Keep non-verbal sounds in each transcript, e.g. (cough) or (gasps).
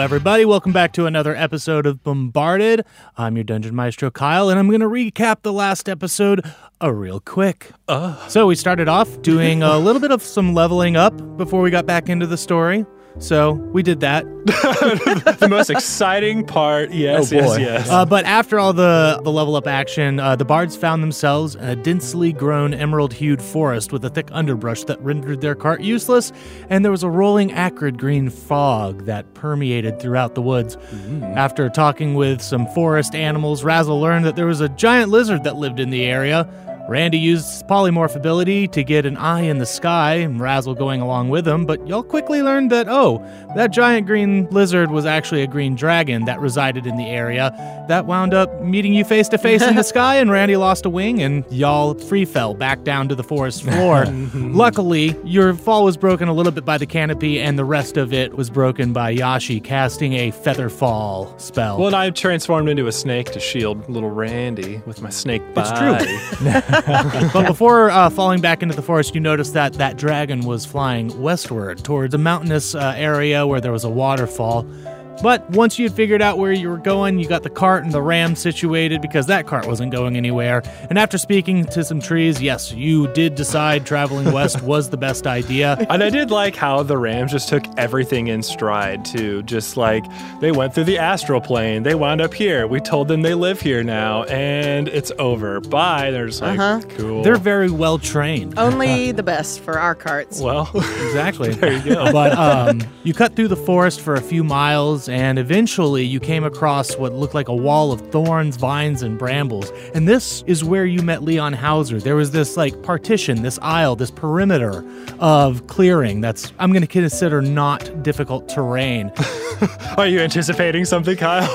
everybody. Welcome back to another episode of Bombarded. I'm your Dungeon Maestro, Kyle, and I'm going to recap the last episode a real quick. So we started off doing a little bit of some leveling up before we got back into the story. So we did that. the most exciting part. Yes, yes, yes. Uh, but after all the, the level up action, uh, the bards found themselves in a densely grown emerald hued forest with a thick underbrush that rendered their cart useless, and there was a rolling acrid green fog that permeated throughout the woods. Mm-hmm. After talking with some forest animals, Razzle learned that there was a giant lizard that lived in the area. Randy used his polymorph ability to get an eye in the sky, and Razzle going along with him, but y'all quickly learned that, oh, that giant green lizard was actually a green dragon that resided in the area. That wound up meeting you face to face in the sky, and Randy lost a wing, and y'all free fell back down to the forest floor. Luckily, your fall was broken a little bit by the canopy, and the rest of it was broken by Yashi casting a feather fall spell. Well, and I transformed into a snake to shield little Randy with my snake It's bite. true. but before uh, falling back into the forest, you noticed that that dragon was flying westward towards a mountainous uh, area where there was a waterfall. But once you had figured out where you were going, you got the cart and the ram situated because that cart wasn't going anywhere. And after speaking to some trees, yes, you did decide traveling west was the best idea. And I did like how the Rams just took everything in stride too. Just like they went through the astral plane, they wound up here. We told them they live here now, and it's over. Bye. They're just like Uh-huh. cool. They're very well trained. (laughs) Only the best for our carts. well. (laughs) Exactly. there you go. But (laughs) um, you cut through the forest for a few miles, and eventually you came across what looked like a wall of thorns, vines, and brambles. And this is where you met Leon Hauser. There was this like partition, this aisle, this perimeter of clearing that's I'm going to consider not difficult terrain. Are you anticipating something, Kyle?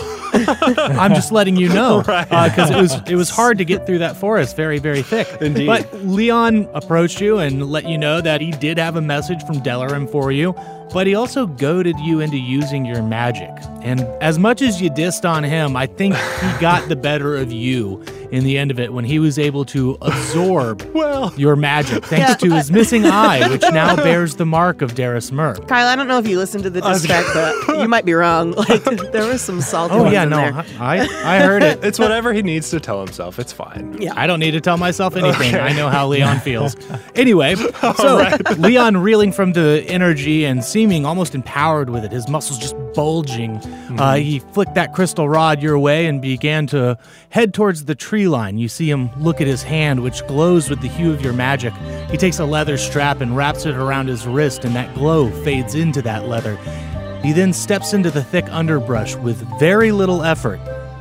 I'm just letting you know (laughs) because it was it was hard to get through that forest, very very thick. Indeed. But Leon approached you and let you know that he did have a message from Delarim for you, but he also goaded you into using your magic. And as much as you dissed on him, I think he (laughs) got the better of you in the end of it when he was able to absorb (laughs) well, your magic thanks Yeah. to his (laughs) missing eye, which now bears the mark of Darius Merc. Kyle, I don't know if you listened to the dispatch, (laughs) but you might be wrong. Like (laughs) there was some salty Oh ones yeah, in no, there. I I I heard it. it's whatever he needs to tell himself. It's fine. Yeah. I don't need to tell myself anything. I know how Leon feels. Anyway, so Leon reeling from the energy and seeming almost empowered with it, his muscles just bulging. Uh, he flicked that crystal rod your way and began to head towards the tree line. You see him look at his hand, which glows with the hue of your magic. He takes a leather strap and wraps it around his wrist, and that glow fades into that leather. He then steps into the thick underbrush with very little effort.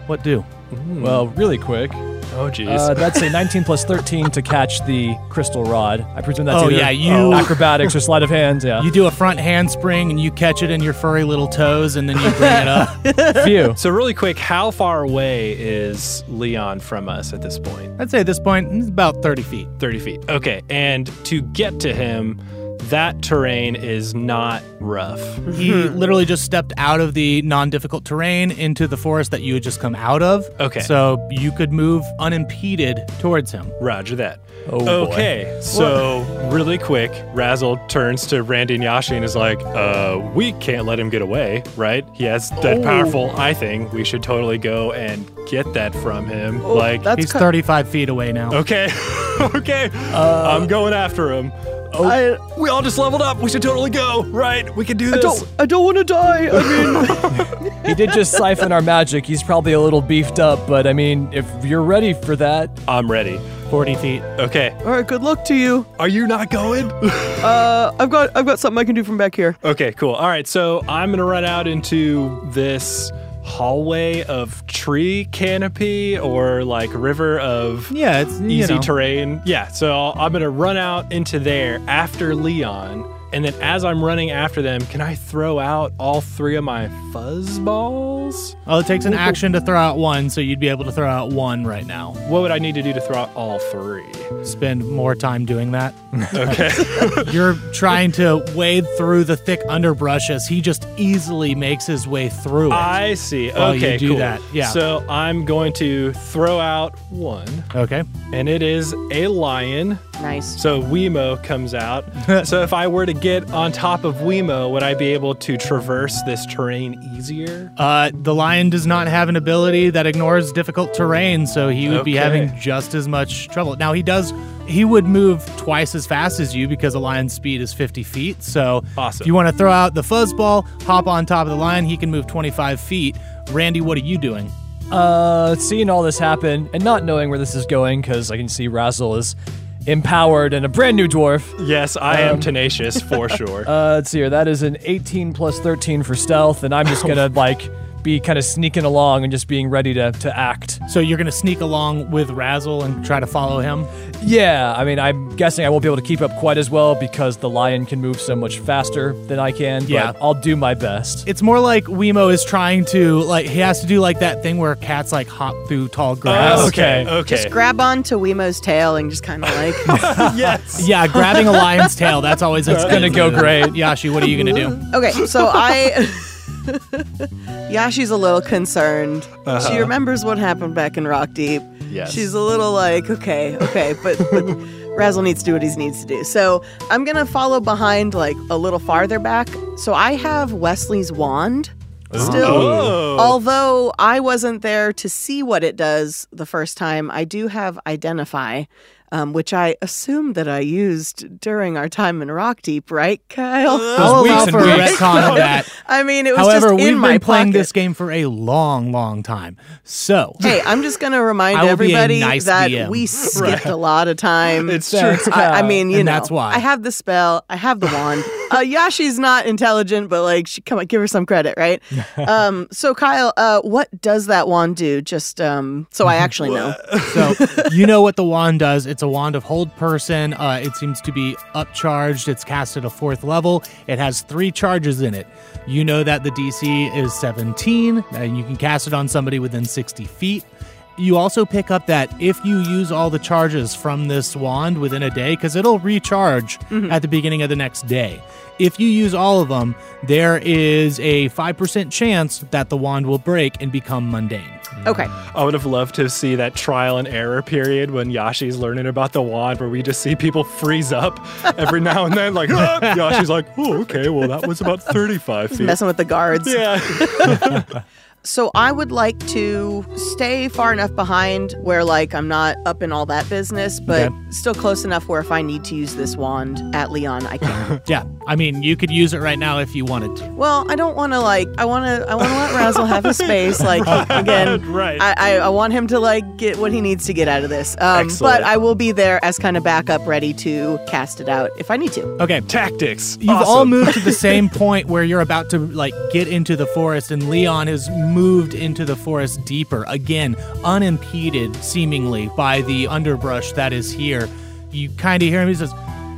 What do? Well, really quick. Oh, jeez. (laughs) Uh, that's a 19 plus 13 to catch the crystal rod. I presume that's Oh, either yeah, you- (laughs) acrobatics or sleight of hand. Yeah, You (laughs) do a front handspring and you catch it in your furry little toes and then you bring it up. few. so, really quick, how far away is Leon from us at this point? (laughs) I'd say at this point, it's about 30 feet. 30 feet. Okay. And to get to him, that terrain is not rough. He literally just stepped out of the non difficult terrain into the forest that you had just come out of. Okay. So you could move unimpeded towards him. Roger that. Oh, boy. okay. So, really quick, Razzle turns to Randy and Yashi and is like, uh, we can't let him get away, right? He has that Oh. powerful eye thing. We should totally go and get that from him. like, Oh, that's He's ki- 35 feet away now. okay. (laughs) okay. I'm going after him. Oh, Uh, I- we all just leveled up. We should totally go, right? We can do this. I don't, I don't want to die. I mean, (laughs) He did just siphon our magic. He's probably a little beefed up, but I mean, if you're ready for that, I'm ready. 40 feet. Okay. all right, good luck to you. Are you not going? Uh, I've got, I've got something I can do from back here. Okay, cool. All right, so I'm gonna run out into this hallway of tree canopy or like river of Yeah, it's you easy know. terrain. Yeah, so I'll- I'm gonna run out into there after Leon, and then as I'm running after them, can I throw out all three of my fuzz balls? Oh, it takes an action to throw out one, so you'd be able to throw out one right now. What would I need to do to throw out all three? spend more time doing that. (laughs) Okay. (laughs) You're trying to wade through the thick underbrush as he just easily makes his way through it. I see. While you okay, do cool. that, yeah. So I'm going to throw out one. okay. and it is a lion Nice. So Wemo comes (laughs) out. so if I were to get on top of Wemo, would I be able to traverse this terrain easier? Uh, the lion does not have an ability that ignores difficult terrain, so he would be Okay. having just as much trouble. Now he does. He would move twice as fast as you because a lion's speed is 50 feet. So Awesome. if you want to throw out the fuzzball, hop on top of the lion, he can move 25 feet. Randy, what are you doing? Uh, seeing all this happen and not knowing where this is going, because I can see Razzle is empowered and a brand new dwarf. Yes, I um, am (laughs) tenacious for sure. Uh, let's see here. That is an 18 plus 13 for stealth, and I'm just gonna like be kind of sneaking along and just being ready to to act. So you're going to sneak along with Razzle and try to follow him. Yeah, I mean, I'm guessing I won't be able to keep up quite as well because the lion can move so much faster than I can. Yeah. but I'll do my best. It's more like Wemo is trying to like he has to do like that thing where cats like hop through tall grass. okay, okay. Just grab onto Wemo's tail and just kind of (laughs) like. yes. Yeah, grabbing a lion's tail. That's always it's gonna go great. Yashi, what are you gonna do? okay, so I. (laughs) Yashi's a little concerned. She remembers what happened back in Rock Deep. Uh-huh. Yes. She's a little like, okay, okay, but, (laughs) but Razzle needs to do what he needs to do. So I'm going to follow behind, like, a little farther back. So I have Wesley's wand still. Oh. Although I wasn't there to see what it does the first time, I do have Identify, um, which I assume that I used during our time in Rock Deep, right, Kyle? There's I'll weeks allow and for a weeks on that. I mean, it was However, just in we've been my playing pocket. this game for a long, long time. So Hey, I'm just going to remind I will be a everybody nice that DM. we skipped a lot of time. It's true. I, I mean, you And know, that's why. I have the spell. I have the (laughs) wand. uh, Yashi's not intelligent, but like, she, come on, give her some credit, (laughs) right? um, so, Kyle, uh, what does that wand do? Just um, so I actually know. So you know what the wand does. It's a wand of hold person. Uh, it seems to be upcharged. It's cast at a fourth level. It has three charges in it. You know that the DC is 17. Now you can cast it on somebody within 60 feet. You also pick up that if you use all the charges from this wand within a day, because it'll recharge at the beginning of the next day. If you use all of them, there is a 5% chance that the wand will break and become mundane. Okay. I would have loved to see that trial and error period when Yashi's learning about the wand, where we just see people freeze up every now and then. Like (laughs) "Ah!" Yashi's like, "Oh, okay. Well, that was about thirty-five feet." Messing with the guards. Yeah. (laughs) So I would like to stay far enough behind where like I'm not up in all that business, but still close enough where if I need to use this wand at Leon, I can. Yeah, I mean, you could use it right now if you wanted to. well, I don't want to like I want to I want to let Razzle have (laughs) his space. Like again, Right. I, I I want him to like get what he needs to get out of this. Um, but Excellent. I will be there as kind of backup, ready to cast it out if I need to. Okay. Tactics. You've all Awesome. moved to the same point where you're about to like get into the forest and Leon has moved into the forest deeper again, unimpeded seemingly by the underbrush that is here. You kind of hear him he says,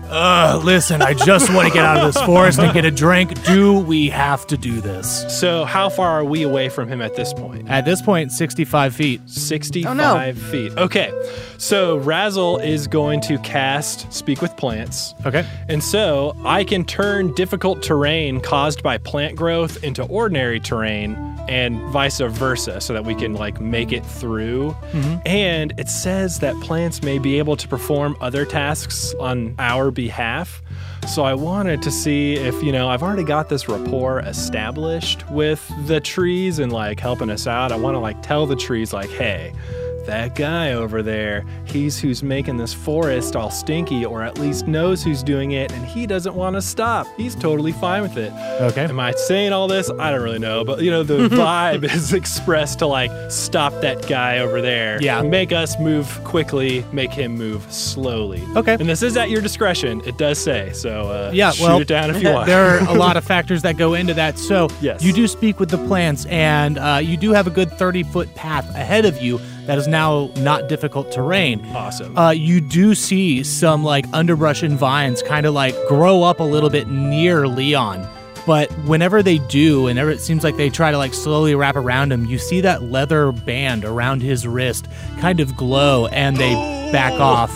"Uh, listen, I just want to get out of this forest and get a drink. Do we have to do this?" So, how far are we away from him at this point? At this point, 65 feet. 65 Oh, no. feet. Okay. So Razzle is going to cast Speak with Plants. Okay. And so I can turn difficult terrain caused by plant growth into ordinary terrain and vice versa so that we can like make it through. Mm-hmm. And it says that plants may be able to perform other tasks on our behalf. So I wanted to see if, you know, I've already got this rapport established with the trees and like helping us out. I want to like tell the trees like, "Hey, that guy over there, he's who's making this forest all stinky, or at least knows who's doing it, and he doesn't want to stop. He's totally fine with it. Okay. Am I saying all this? I don't really know, but you (laughs) know, the vibe is expressed to like stop that guy over there. Yeah. Make us move quickly, make him move slowly. Okay. And this is at your discretion, it does say. So uh, Yeah, shoot well, it down if you want. there are a lot (laughs) of factors that go into that. So Yes. you do speak with the plants, and uh, you do have a good 30 foot path ahead of you that is now not difficult terrain. awesome. Uh, you do see some like underbrush and vines kind of like grow up a little bit near Leon. But whenever they do, whenever it seems like they try to like slowly wrap around him, you see that leather band around his wrist kind of glow and they back off.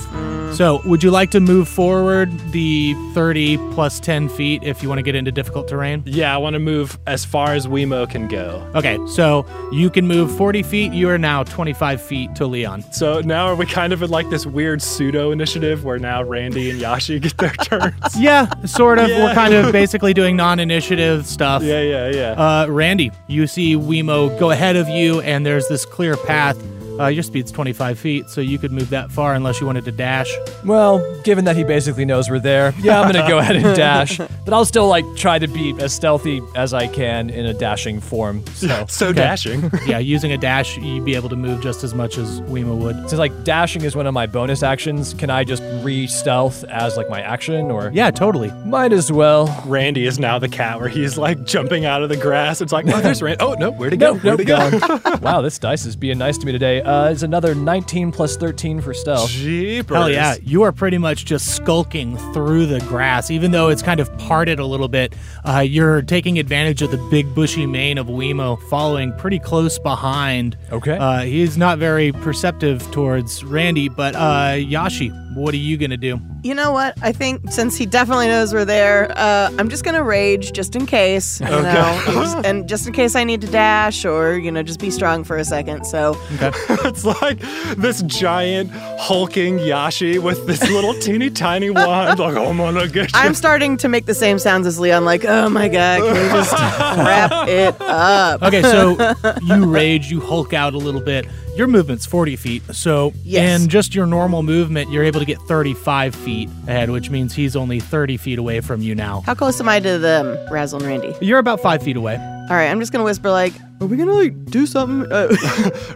So, would you like to move forward the 30 plus 10 feet if you want to get into difficult terrain? Yeah, I want to move as far as Wemo can go. Okay, so you can move 40 feet. You are now 25 feet to Leon. So now are we kind of in like this weird pseudo initiative where now Randy and Yashi get (laughs) their turns? Yeah, sort of. We're Yeah. kind of basically doing non initiative stuff. yeah, yeah, yeah. Uh, Randy, you see Wemo go ahead of you, and there's this clear path. Uh, your speed's 25 feet, so you could move that far unless you wanted to dash. Well, given that he basically knows we're there, yeah, I'm gonna go ahead and dash. But I'll still like try to be as stealthy as I can in a dashing form. So so dashing. yeah, using a dash, you'd be able to move just as much as Wemo would. since like dashing is one of my bonus actions, can I just re-stealth as like my action or Yeah, totally. might as well. Randy is now the cat where he's like jumping out of the grass. It's like, oh, there's Randy. Oh, no, where'd he go? No, no, Where'd he go? gone. (laughs) wow, this dice is being nice to me today. Uh, it's another 19 plus 13 for stealth. Jeepers. Hell yeah, you are pretty much just skulking through the grass, even though it's kind of parted a little bit. Uh, you're taking advantage of the big bushy mane of Wemo, following pretty close behind. Okay. Uh, he's not very perceptive towards Randy, but uh, Yashi, what are you gonna do? You know what? I think since he definitely knows we're there, uh, I'm just gonna rage just in case, (laughs) you know, Just- and just in case I need to dash or you know just be strong for a second. So It's like this giant hulking Yashi with this little teeny tiny wand. Like, I'm gonna get you. I'm starting to make the same sounds as Leon, like, oh my god, can (laughs) we just wrap it up? Okay, so you rage, you hulk out a little bit. Your movement's 40 feet, so Yes. in just your normal movement, you're able to get 35 feet ahead, which means he's only 30 feet away from you now. How close am I to them, Razzle and Randy? You're about five feet away. All right, I'm just gonna whisper like, Are we gonna like do something? (laughs) (laughs) Uh,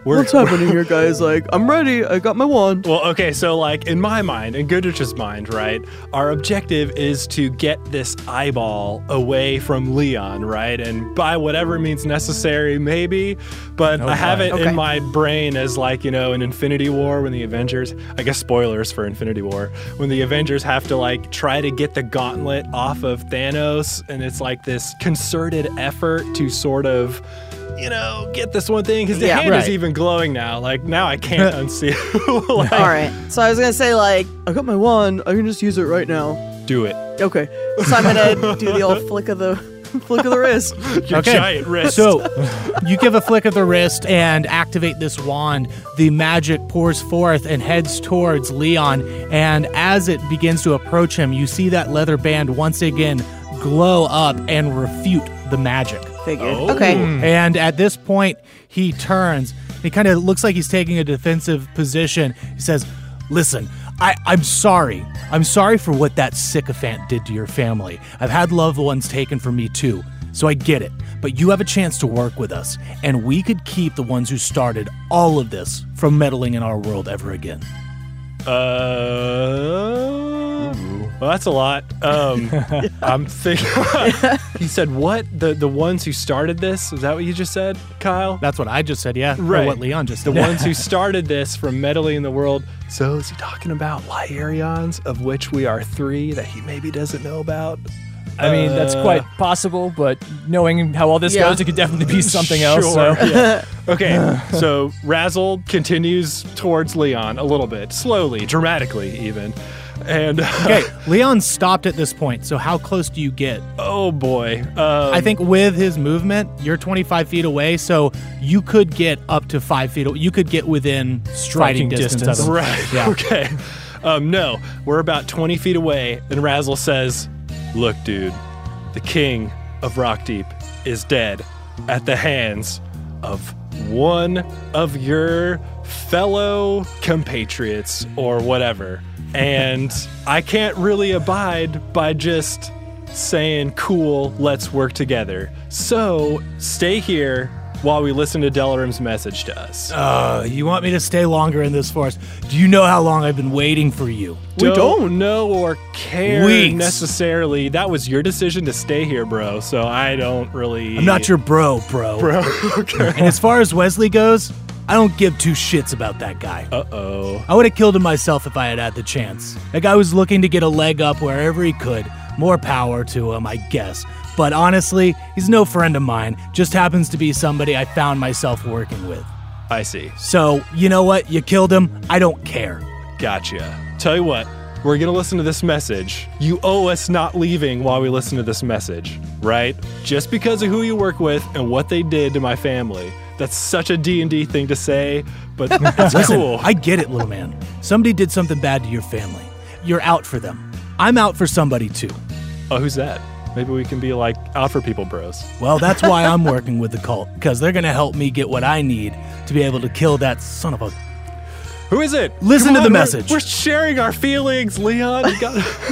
We're- what's happening here, guys? Like, I'm ready. I got my wand. Well, okay, so like in my mind, in Goodrich's mind, right, our objective is to get this eyeball away from Leon, right? And by whatever means necessary, maybe. But I have it Okay. in my brain as like, you know, in Infinity War when the Avengers, I guess spoilers for Infinity War, when the Avengers have to like try to get the gauntlet off of Thanos. And it's like this concerted effort to sort of. You know, get this one thing because the Yeah. hand Right. is even glowing now. Like now, I can't unsee. it. (laughs) Like, all right. So I was gonna say like, I got my wand. I can just use it right now. Do it. Okay. so I'm gonna do the old flick of the (laughs) flick of the (laughs) wrist. Your Okay. giant wrist. So you give a flick of the wrist and activate this wand. The magic pours forth and heads towards Leon. And as it begins to approach him, you see that leather band once again glow up and refute the magic. Figured. Okay. Hmm. And at this point, he turns. He kind of looks like he's taking a defensive position. He says, Listen, I, I'm sorry. I'm sorry for what that sycophant did to your family. I've had loved ones taken from me too, so I get it. But you have a chance to work with us, and we could keep the ones who started all of this from meddling in our world ever again. Uh, well, that's a lot. Um, I'm thinking. he said, "What the the ones who started this? Is that what you just said, Kyle? That's what I just said, yeah. or Right. what Leon just the said. ones who started this from meddling in the world. So is he talking about Lyarians, of which we are three that he maybe doesn't know about? I mean, that's quite possible, but knowing how all this Yeah. goes, it could definitely be (laughs) something else. Sure, So. (laughs) yeah. Okay, so Razzle continues towards Leon a little bit, slowly, dramatically, even, and (laughs) okay, Leon stopped at this point, so how close do you get? Oh boy. Um, I think with his movement, you're 25 feet away, so you could get up to five feet. You could get within striking Striking distance, distance. of him. Right. Yeah. Okay. Um, no, we're about 20 feet away, and Razzle says, Look, dude, the king of Rock Deep is dead at the hands of one of your fellow compatriots or whatever. And I can't really abide by just saying, Cool, let's work together. So stay here while we listen to Delarim's message to us. Uh, you want me to stay longer in this forest? Do you know how long I've been waiting for you? We don't. know or care Weeks. necessarily. That was your decision to stay here, bro. So I don't really. I'm not your bro, bro. bro. okay. And as far as Wesley goes, I don't give two shits about that guy. Uh oh. I would have killed him myself if I had had the chance. That guy was looking to get a leg up wherever he could. More power to him, I guess. But honestly, he's no friend of mine. Just happens to be somebody I found myself working with. I see. So, you know what? You killed him. I don't care. Gotcha. Tell you what, we're going to listen to this message. You owe us not leaving while we listen to this message, right? Just because of who you work with and what they did to my family. That's such a D&D thing to say, (laughs) but it's Listen, cool. I get it, little man. Somebody did something bad to your family. You're out for them. I'm out for somebody too. oh, who's that? Maybe we can be like out for people bros. Well, that's why I'm working with the cult, because they're going to help me get what I need to be able to kill that son of a. Who is it? Listen Come to the on, we're- message. We're, sharing our feelings, Leon. You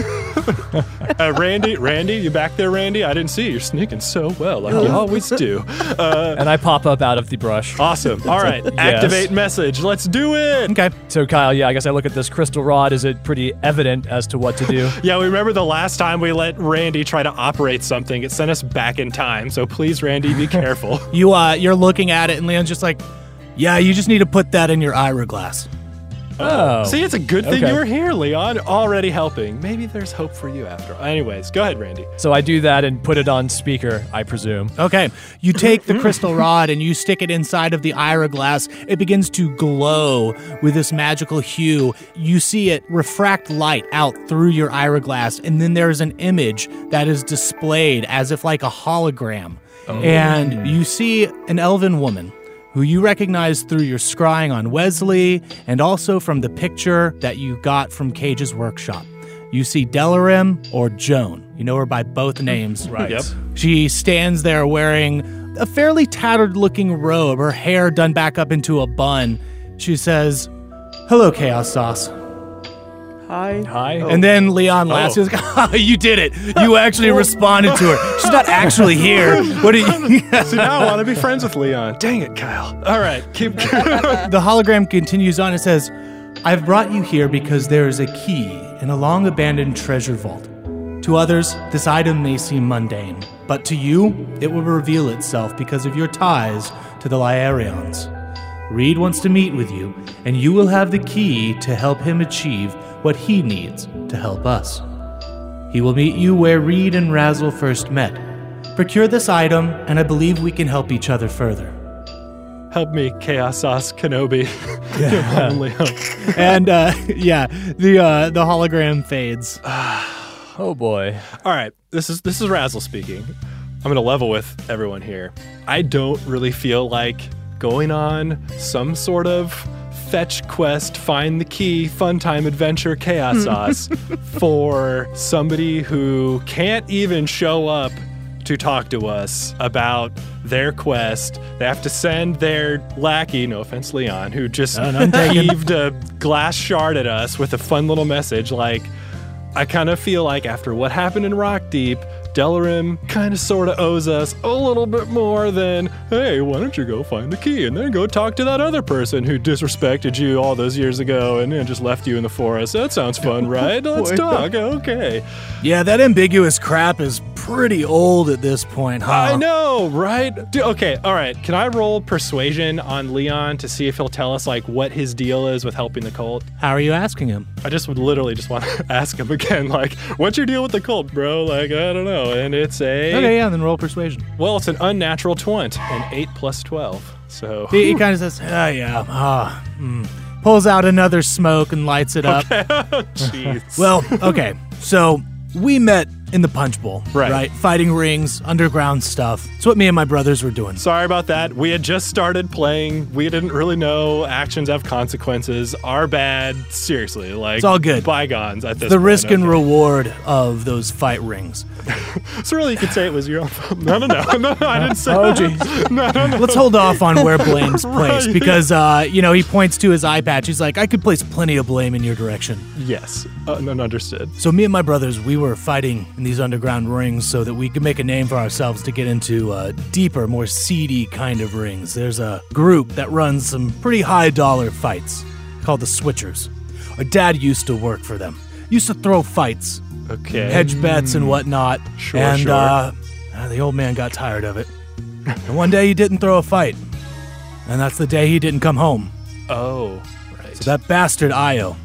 got- Uh, Randy, Randy, you back there, Randy? I didn't see you. You're sneaking so well, like you always do. Uh, And I pop up out of the brush. Awesome. All right, activate message. Let's do it. Okay. So Kyle, yeah, I guess I look at this crystal rod. Is it pretty evident as to what to do? Yeah, we remember the last time we let Randy try to operate something. It sent us back in time. So please, Randy, be careful. You, uh, you're looking at it, and Leon's just like, yeah, you just need to put that in your Ira glass. Oh. See, it's a good thing Okay. you were here, Leon. Already helping. Maybe there's hope for you after. all. Anyways, go ahead, Randy. So I do that and put it on speaker, I presume. Okay. You take the crystal rod and you stick it inside of the Ira glass. It begins to glow with this magical hue. You see it refract light out through your Ira glass, and then there is an image that is displayed as if like a hologram. And you see an elven woman who you recognize through your scrying on Wesley and also from the picture that you got from Cage's workshop. You see Delarim or Joan. You know her by both names. Right. Yep. She stands there wearing a fairly tattered looking robe, her hair done back up into a bun. She says, Hello, Chaos Sauce. Hi. Hi. And then Leon laughs. He's like, "Ah, (laughs) You did it. You actually responded to her. She's not actually here. What are you? See, now I want to be friends with Leon. Dang it, Kyle. All right, keep. the hologram continues on and says, I've brought you here because there is a key in a long abandoned treasure vault. To others, this item may seem mundane, but to you, it will reveal itself because of your ties to the Lyarians. Reed wants to meet with you, and you will have the key to help him achieve what he needs to help us. He will meet you where Reed and Razzle first met. Procure this item, and I believe we can help each other further. Help me, Chaos Sauce Kenobi. (laughs) Come on, Leon. and uh, (laughs) yeah, the uh, the hologram fades. Oh boy. All right, this is this is Razzle speaking. I'm gonna level with everyone here. I don't really feel like going on some sort of fetch quest, find the key, fun time adventure, chaos sauce for somebody who can't even show up to talk to us about their quest. They have to send their lackey, no offense, Leon, who just heaved a glass shard at us with a fun little message like, I kind of feel like after what happened in Rock Deep, Delarim kind of sort of owes us a little bit more than, hey, why don't you go find the key and then go talk to that other person who disrespected you all those years ago and, and just left you in the forest? That sounds fun, right? Let's talk. Okay. Yeah, that ambiguous crap is pretty old at this point, huh? I know, right? Dude, okay, all right. Can I roll persuasion on Leon to see if he'll tell us like what his deal is with helping the cult? How are you asking him? I just would literally just want to (laughs) ask him again, like, what's your deal with the cult, bro? Like, I don't know. And it's a Okay, yeah, then roll persuasion. well, it's an unnatural twint, an eight plus twelve. So He, he kind of says, "Ah, yeah, ah." mm." Pulls out another smoke and lights it up. jeez. (laughs) Well, okay. So we met in the punch bowl, Right. Fighting rings, underground stuff. It's what me and my brothers were doing. Sorry about that. We had just started playing. We didn't really know actions have consequences. Our bad. Seriously, like it's all good. Bygones at this. The point, risk and okay. reward of those fight rings. So really, you could say it was your own fault. No, no, no, (laughs) no. no, I didn't say. Oh that. jeez. No, no, no. Let's hold off on where blame's placed Right. because, uh, you know, he points to his eye patch. He's like, I could place plenty of blame in your direction. Yes, uh, no, no, understood. So, me and my brothers, we were fighting in these underground rings so that we could make a name for ourselves to get into uh, deeper, more seedy kind of rings. There's a group that runs some pretty high dollar fights called the Switchers. Our dad used to work for them, used to throw fights, Okay. hedge bets, and whatnot. Mm. Sure, and, sure. Uh, uh, the old man got tired of it. And one day he didn't throw a fight. And that's the day he didn't come home. Oh, right. So that bastard Io.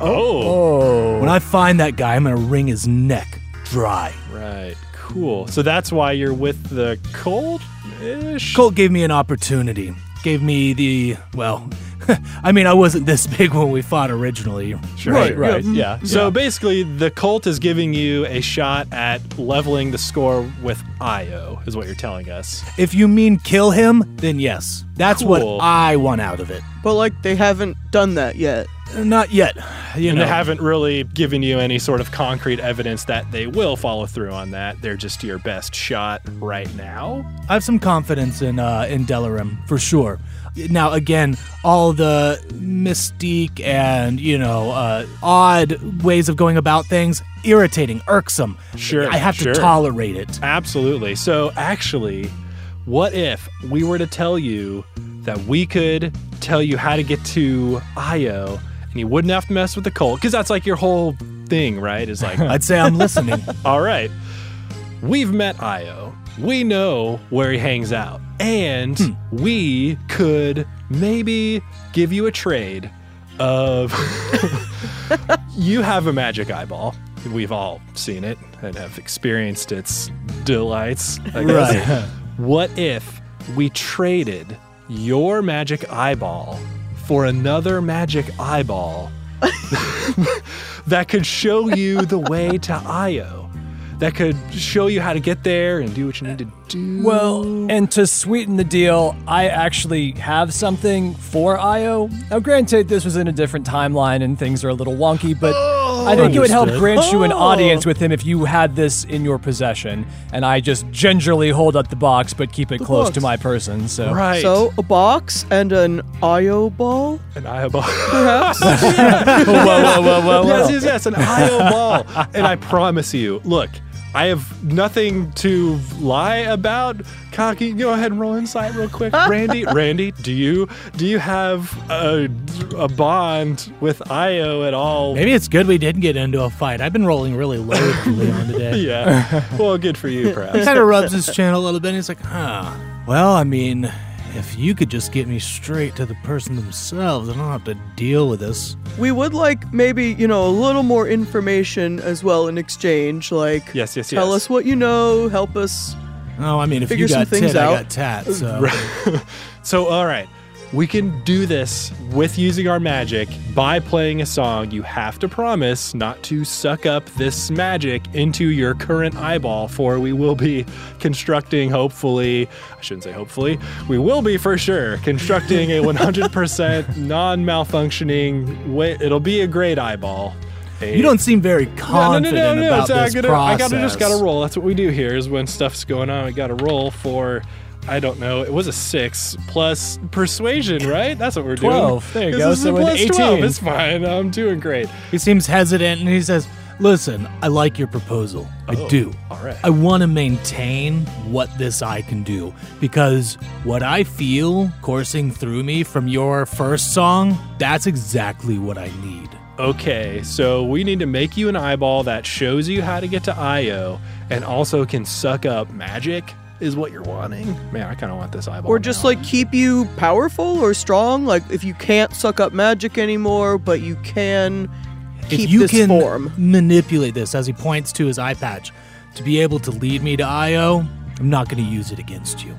oh, When I find that guy, I'm gonna wring his neck dry. right. Cool. So that's why you're with the cult ish. Colt gave me an opportunity. Gave me the well, (laughs) I mean, I wasn't this (laughs) big when we fought originally. Sure. Right, right, yeah. So basically, the cult is giving you a shot at leveling the score with Io, is what you're telling us. If you mean kill him, then yes. That's Cool. what I want out of it. But like they haven't done that yet. Not yet. You And know, they haven't really given you any sort of concrete evidence that they will follow through on that. They're just your best shot right now. I have some confidence in uh, in Delarim for sure. Now, again, all the mystique and you know uh, odd ways of going about things irritating, irksome. Sure, I have sure. to tolerate it. Absolutely. So, actually, what if we were to tell you that we could tell you how to get to Io and you wouldn't have to mess with the cult? Because that's like your whole thing, right? Is like, I'd say I'm (laughs) listening. (laughs) all right, we've met Io. We know where he hangs out. And we could maybe give you a trade of (laughs) you have a magic eyeball. We've all seen it and have experienced its delights. I guess. Right. (laughs) What if we traded your magic eyeball for another magic eyeball that could show you the way to Io? That could show you how to get there and do what you need to do. Well, and to sweeten the deal, I actually have something for Io. Now, granted, this was in a different timeline and things are a little wonky, but I think it would help understood. grant you an Oh. audience with him if you had this in your possession. And I just gingerly hold up the box, but keep it close to box. my person. So, right. So a box and an IO ball? an eyeball. (laughs) whoa, whoa, whoa, whoa, whoa. yes, yes, yes, an IO ball. And I promise you, look, I have nothing to lie about. Cocky, go ahead and roll insight real quick. Randy, Randy, do you do you have a, a bond with IO at all? Maybe it's good we didn't get into a fight. I've been rolling really low with Leon (laughs) today. Yeah. Well, good for you, He perhaps. kind of rubs his chin a little bit. And he's like, huh. Well, I mean, if you could just get me straight to the person themselves, I don't have to deal with this. We would like maybe, you know, a little more information as well in exchange. Like Yes, yes, tell yes. us what you know, help us Oh, I mean, if Figure you some got things tit, I out. got tat. (laughs) So. So, all right. We can do this with using our magic by playing a song. You have to promise not to suck up this magic into your current eyeball, for we will be constructing, hopefully, I shouldn't say hopefully, we will be for sure constructing a 100% non malfunctioning way. It'll be a great eyeball. A- You don't seem very no, confident no, no, no, no. about So I, this gotta, I process. gotta just gotta roll. That's what we do here. Is when stuff's going on, we gotta roll for. I don't know. It was a six plus persuasion, right? That's what we're doing. 12. There you This go. is a So an plus 12. 18. It's fine. I'm doing great. He seems hesitant and he says, Listen, I like your proposal. I do. Oh, all right. I want to maintain what this eye can do because what I feel coursing through me from your first song, that's exactly what I need. Okay, so we need to make you an eyeball that shows you how to get to Io and also can suck up magic. Is what you're wanting? Man, I kind of want this eyeball. or just now. like keep you powerful or strong. Like if you can't suck up magic anymore, but you can keep if you this can form. manipulate this as he points to his eye patch to be able to lead me to IO, I'm not going to use it against you.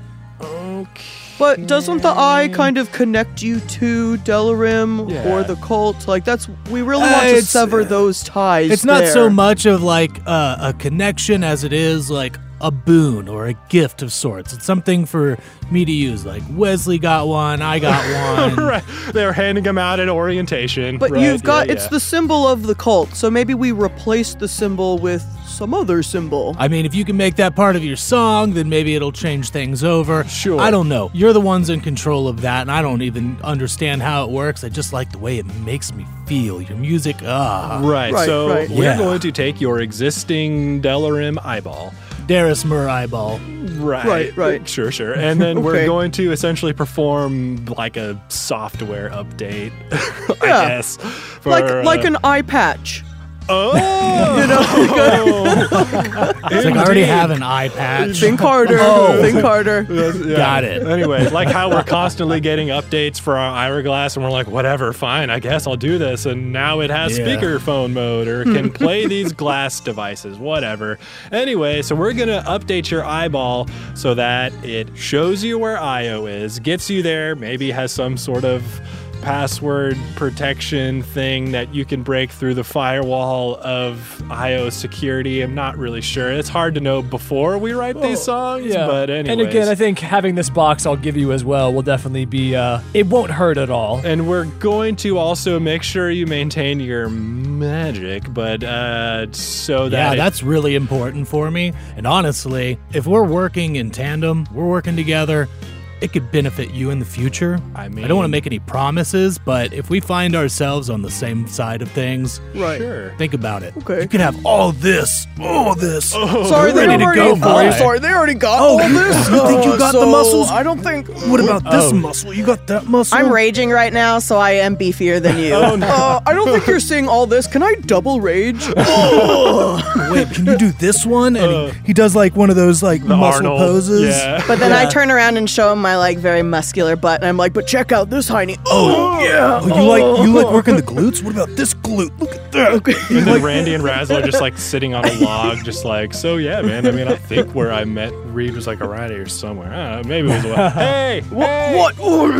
But doesn't the eye kind of connect you to Delarim Yeah. or the cult? Like that's we really Uh, want to it's- sever those ties. It's not so there. much of like uh, a connection as it is like a boon or a gift of sorts. It's something for me to use. Like Wesley got one, I (laughs) got one. (laughs) right? They're handing them out at orientation. But right? you've got Yeah, it's yeah. the symbol of the cult, so maybe we replace the symbol with some other symbol. I mean, if you can make that part of your song, then maybe it'll change things over. Sure. I don't know. You're the ones in control of that, and I don't even understand how it works. I just like the way it makes me feel. Your music, ah. Right, Right, so right. we're Yeah. going to take your existing Delarim eyeball. Daris Mur eyeball. Right, Right, right. Sure, sure. And then we're Okay. going to essentially perform like a software update, (laughs) I Yeah. guess. for, like uh, like an eye patch. (laughs) Oh! (laughs) It's like I already have an eye patch. (laughs) Think harder. Oh. Think harder. Yeah. Got it. (laughs) Anyway, like how we're constantly getting updates for our Ira Glass, and we're like, whatever, fine, I guess I'll do this. And now it has Yeah. speakerphone mode or (laughs) can play these glass devices, whatever. Anyway, so we're going to update your eyeball so that it shows you where IO is, gets you there, maybe has some sort of password protection thing that you can break through the firewall of IO security. I'm not really sure. It's hard to know before we write these songs, but anyway. And again, I think having this box I'll give you as well will definitely be, uh, it won't hurt at all. and we're going to also make sure you maintain your magic, but uh, so that Yeah, it- that's really important for me. And honestly, if we're working in tandem, we're working together, it could benefit you in the future. I I don't want to mean- make any promises, but if we find ourselves on the same side of things, Right. sure. think about it. Okay. You could have all this, all this. Oh. Sorry, We're they ready to already. go, I'm boy. sorry, they already got Oh, all (laughs) this. you think you got the so muscles? I don't think. What (laughs) about Oh. this muscle? You got that muscle? I'm raging right now, so I am beefier than you. Uh, I don't think you're seeing all this. Can I double (laughs) rage? Wait, can you do this one? And he, he does like one of those like Uh. The muscle Arnold. poses. (laughs) Yeah. But then I turn around and show him my like very muscular butt, and I'm like, (laughs) "But check out this hiney." Oh yeah. you like you like working the glutes? What about this glute? Look at that. And then Randy and Razzle are just like sitting on a log, just like, so yeah, man. I mean, I think where I met Reed was like around here somewhere. I don't know, maybe it was a (laughs) while. Hey, hey! what? Oh,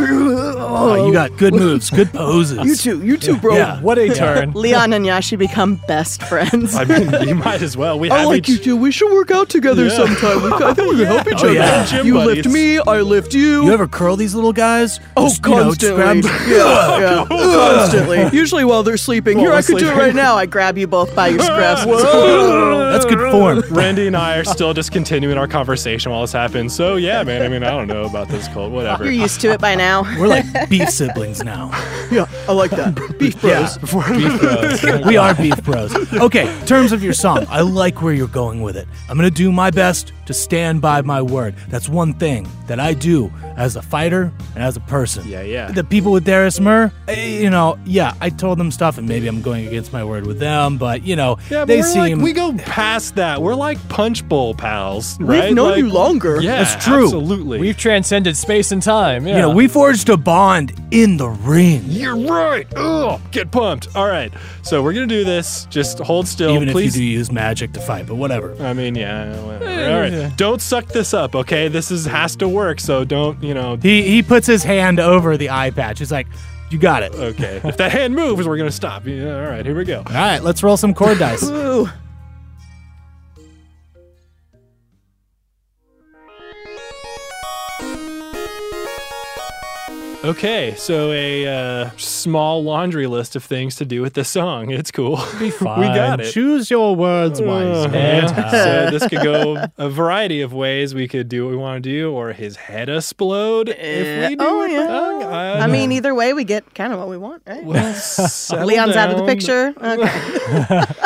Oh, you got good moves, good poses. You two, you two, bro. Yeah. What a turn. Leon and Yashi become best friends. I mean, you might as well. We I have each. like you two. We should work out together Yeah. sometime. We, I think we (laughs) can help each Oh, other. yeah. Gym You buddies. lift me, I lift you. You ever curl these little guys? Oh, Just, you know, just constantly. grab them- yeah, yeah. (laughs) constantly. Usually while they're sleeping. Here, we're I could do it sleeping. (laughs) right right now. now, I grab you both by your (laughs) scruffs. That's good form. Randy and I are still just continuing our conversation while this happens. So yeah, man. I mean, I don't know about this cult, whatever. You're used to it by now. We're (laughs) like beef siblings now. Yeah, I (laughs) like that. Beef (laughs) bros. Beef bros. We are beef bros. Okay, terms of your song. I like where you're going with it. I'm going to do my best to stand by my word. That's one thing that I do as a fighter and as a person. Yeah, yeah. The people with Darius Mur, eh, you know, yeah, I told them stuff and maybe I'm going against my word with them, but, you know, Yeah, but they we're seem. like, we go past that. We're like punch bowl pals, We've right? known Like- you longer. Yeah, That's true. Absolutely. We've transcended space and time. Yeah. you know, we forged a bond in the ring. You're right. Ugh, get pumped. All right. So we're gonna do this. Just hold still, Even please. if you do use magic to fight, but whatever. I mean, yeah. Whatever. All right. Don't suck this up, okay? This is has to work. So don't, you know. He he puts his hand over the eye patch. He's like, "You got it." All (laughs) Okay. if that hand moves, we're gonna stop. Yeah, all right. Here we go. right, let's roll some chord (laughs) dice. Ooh. Okay. So a uh, small laundry list of things to do with this song. It's cool. (laughs) we got it. Choose your words (laughs) Uh, wisely. (laughs) yeah. so this could go a variety of ways. We could do what we want to do, or his head explode. if Eh, we do oh, it yeah. wrong, I, I mean, either way, we get kind of what we want, right? (laughs) Leon's Leon's out of the picture. Okay.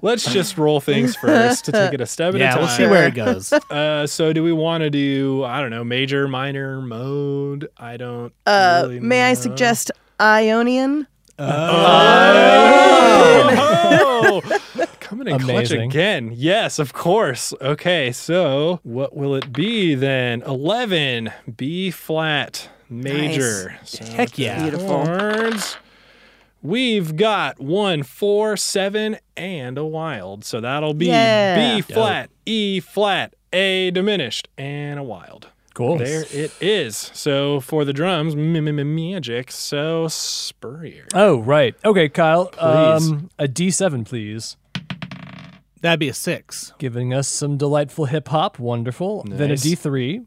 Let's just roll (laughs) things first to take it a step yeah, at a time. we'll see where it goes. Uh, so, do we want to do I don't know major, minor, mode? I don't. Uh, really (laughs) may I know. suggest Ionian? Oh! Coming in clutch Amazing. again. Yes, of course. Okay, so what will it be then? Eleven B flat major. So Heck yeah. Beautiful. chords. We've got one, four, seven, and a wild. So that'll be Yeah. B flat, E flat, A diminished, and a wild. cool. There it is. So for the drums, m- m- m- magic. So Spurrier. Oh, right. Okay, Kyle. Please. Um, a D7, please. That'd be a six. Giving us some delightful hip hop. Wonderful. Then a Nice. D3.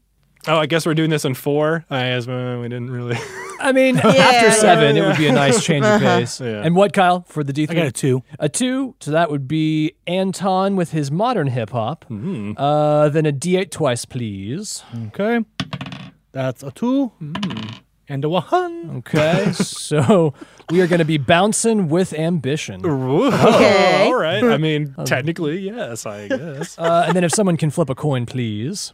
Oh, I guess we're doing this in four. I as well, we didn't really. (laughs) I mean, yeah, after seven, it would be a nice change of pace. Yeah. And what, Kyle, for the D3? I got a two. A two. So that would be Anton with his modern hip hop. Mm-hmm. Uh, then a D8 twice, please. Okay, Hmm. that's a two and a one. (laughs) Okay. so we are going to be bouncing with ambition. Whoa, Okay. All right. I mean, (laughs) technically, yes, I guess. Uh, and then if someone can flip a coin, please.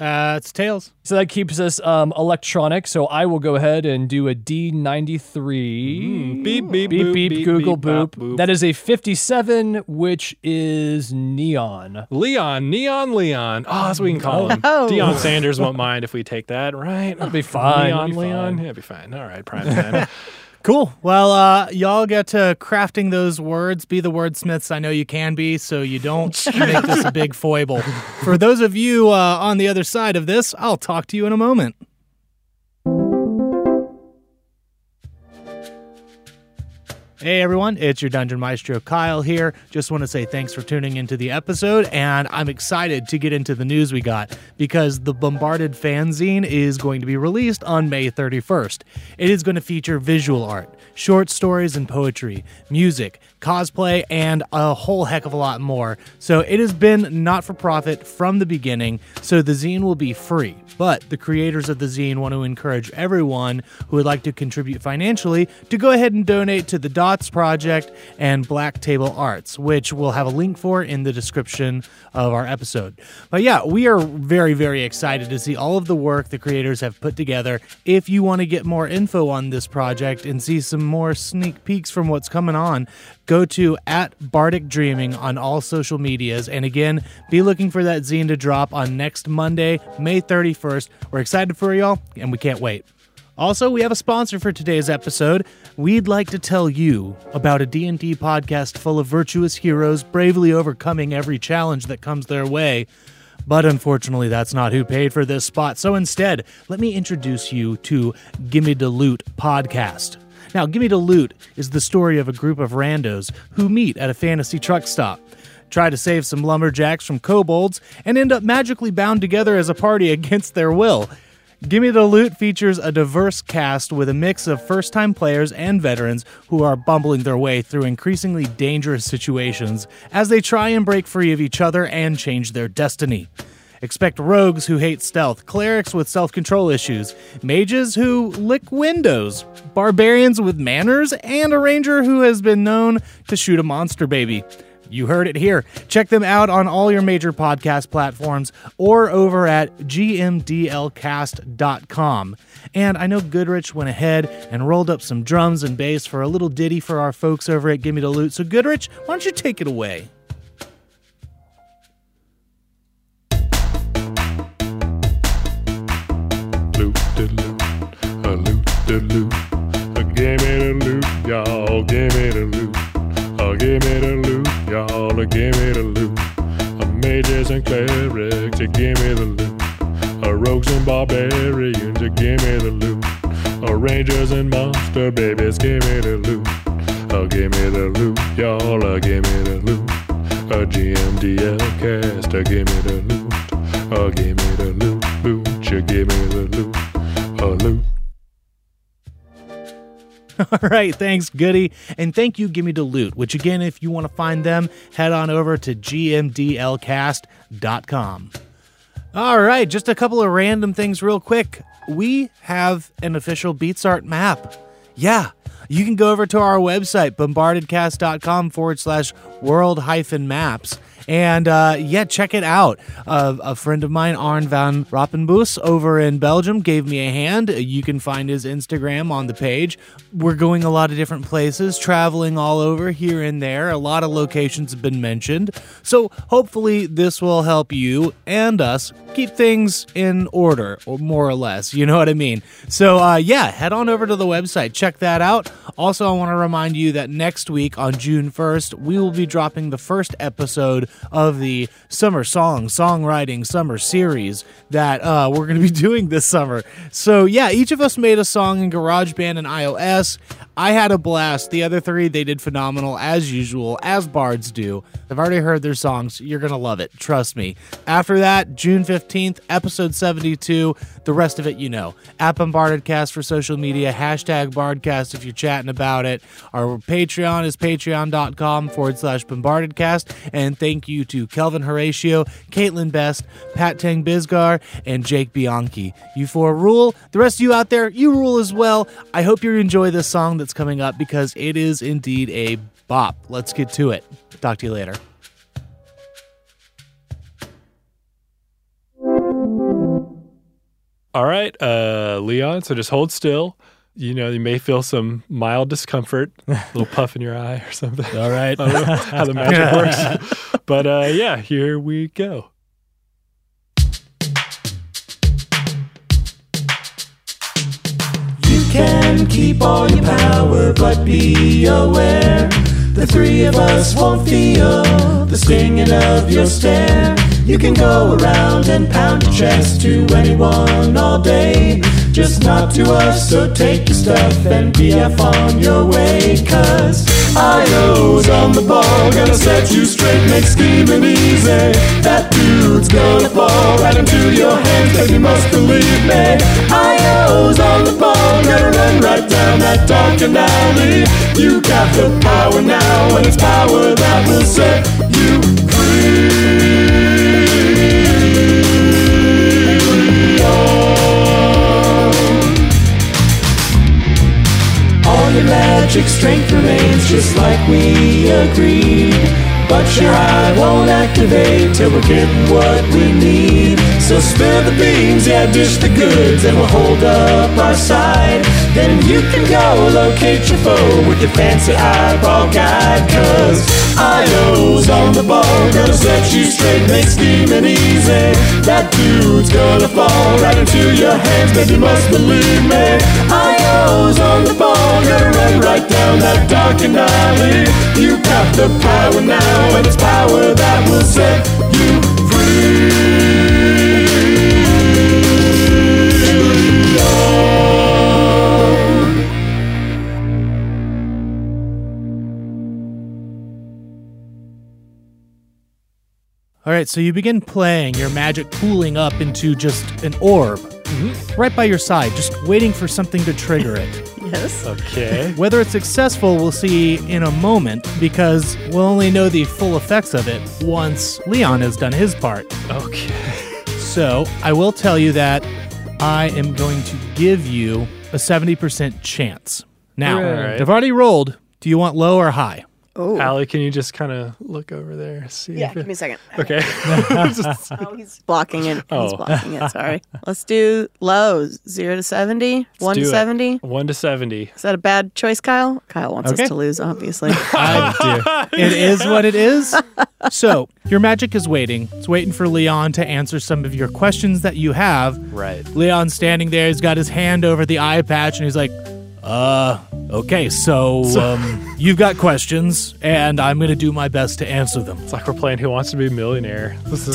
Uh, it's tails. So that keeps us um, electronic. So I will go ahead and do a D93. Beep, Mm-hmm. beep, Beep, boop, beep, Google bop, boop. That is a 57, which is neon. Leon, Neon Leon. Oh, that's what we can call him. Oh. Dion Sanders won't mind if we take that, right? That'll be (laughs) fine, Neon it'll be Leon. fine. Yeah, it'll be fine. All right, prime time. Cool. Well, uh, y'all get to crafting those words. Be the wordsmiths I know you can be, so you don't make this a big foible. For those of you uh, on the other side of this, I'll talk to you in a moment. Hey everyone, it's your Dungeon Maestro Kyle here. Just want to say thanks for tuning into the episode, and I'm excited to get into the news we got because the Bombarded fanzine is going to be released on May 31st. It is going to feature visual art, short stories and poetry, music, cosplay, and a whole heck of a lot more. So it has been not for profit from the beginning, so the zine will be free. But the creators of the zine want to encourage everyone who would like to contribute financially to go ahead and donate to the Dots Project and Black Table Arts, which we'll have a link for in the description of our episode. But yeah, we are very, very excited to see all of the work the creators have put together. If you want to get more info on this project and see some more sneak peeks from what's coming on, go to at Bardic Dreaming on all social medias. And again, be looking for that zine to drop on next Monday, May 31st. We're excited for y'all, and we can't wait. Also, we have a sponsor for today's episode. We'd like to tell you about a D&D podcast full of virtuous heroes bravely overcoming every challenge that comes their way. But unfortunately, that's not who paid for this spot. So instead, let me introduce you to Gimme the Loot podcast. Now, Gimme the Loot is the story of a group of randos who meet at a fantasy truck stop, try to save some lumberjacks from kobolds, and end up magically bound together as a party (laughs) against their will. Gimme the Loot features a diverse cast with a mix of first time players and veterans who are bumbling their way through increasingly dangerous situations as they try and break free of each other and change their destiny. Expect rogues who hate stealth, clerics with self control issues, mages who lick windows, barbarians with manners, and a ranger who has been known to shoot a monster baby. You heard it here. Check them out on all your major podcast platforms or over at gmdlcast.com. And I know Goodrich went ahead and rolled up some drums and bass for a little ditty for our folks over at Gimme the Loot. So, Goodrich, why don't you take it away? (laughs) loot de loot, a loot de loot, a give me the loot, y'all, give me the loot, a give me the loot, y'all, a give me the loot, a mages and clerics, a give me the loot, a rogues and barbarians, a give me the loot, a rangers and monster babies, give me the loot, a give me the loot, y'all, a give me the loot, a GMDL cast, a give me the loot, a give me the loot, loot, you give me the loot, a loot. All right, thanks, Goody. And thank you, Gimme the Loot, which again, if you want to find them, head on over to gmdlcast.com. All right, just a couple of random things, real quick. We have an official Beats Art map. Yeah, you can go over to our website, bombardedcast.com forward slash world hyphen maps. And uh, yeah, check it out. Uh, a friend of mine, Arn van Rappenboos, over in Belgium, gave me a hand. You can find his Instagram on the page. We're going a lot of different places, traveling all over here and there. A lot of locations have been mentioned. So hopefully, this will help you and us keep things in order, or more or less. You know what I mean? So uh, yeah, head on over to the website, check that out. Also, I want to remind you that next week on June 1st, we will be dropping the first episode of the Summer Song Songwriting Summer Series that uh, we're going to be (laughs) doing this summer. So, yeah, each of us made a song in GarageBand and iOS. I had a blast. The other three, they did phenomenal as usual, as bards do. I've already heard their songs. You're going to love it. Trust me. After that, June 15th, episode 72. The rest of it, you know. App and Bardcast for social media, hashtag Bardcast if you're chatting about it. Our Patreon is patreon.com forward slash bombardedcast. And thank you to Kelvin Horatio, Caitlin Best, Pat Tang Bisgar, and Jake Bianchi. You four rule. The rest of you out there, you rule as well. I hope you enjoy this song that's coming up because it is indeed a bop. Let's get to it. Talk to you later. All right, uh, Leon. So just hold still. You know, you may feel some mild discomfort, a little puff in your eye or something. All right. I don't know how the magic works. But uh, yeah, here we go. You can keep all your power, but be aware the three of us won't feel the stinging of your stare. You can go around and pound your chest to anyone all day. just not to us. So take your stuff and be off on your way, cause IO's on the ball, gonna set you straight, make scheming easy. That dude's gonna fall right into your hands, cause you must believe me. IO's on the ball, gonna run right down that dark alley. You got the power now, and it's power that will set you All your magic strength remains just like we agreed. But your eye won't activate till we're getting what we need. So spill the beans, yeah, dish the goods, and we'll hold up our side. Then you can go locate your foe with your fancy eyeball guide. Cause IO's on the ball, gonna set you straight, make scheming easy. That dude's gonna fall right into your hands, but you must believe me. IO's on the ball, gonna run right down that darkened alley. You got the power now, and it's power that will set you All right, so you begin playing, your magic pooling up into just an orb right by your side, just waiting for something to trigger it. Yes. Okay. Whether it's successful, we'll see in a moment because we'll only know the full effects of it once Leon has done his part. Okay. So I will tell you that I am going to give you a 70% chance. Now, Hooray. they've already rolled. Do you want low or high? Allie, can you just kind of look over there? and See. Yeah, if give me a second. Okay. (laughs) (laughs) Oh, he's blocking it. He's Oh. blocking it. (laughs) Sorry. Let's do lows. Zero to 70, one do to it. 70. One to seventy. Is that a bad choice, Kyle? Kyle wants Okay. us to lose, (laughs) obviously. I do. It is what it is. So, your magic is waiting. It's waiting for Leon to answer some of your questions that you have. Right. Leon's standing there. He's got his hand over the eye patch and he's like, uh, okay, so um, you've got questions and I'm going to do my best to answer them. It's like we're playing Who Wants to Be a Millionaire. This is.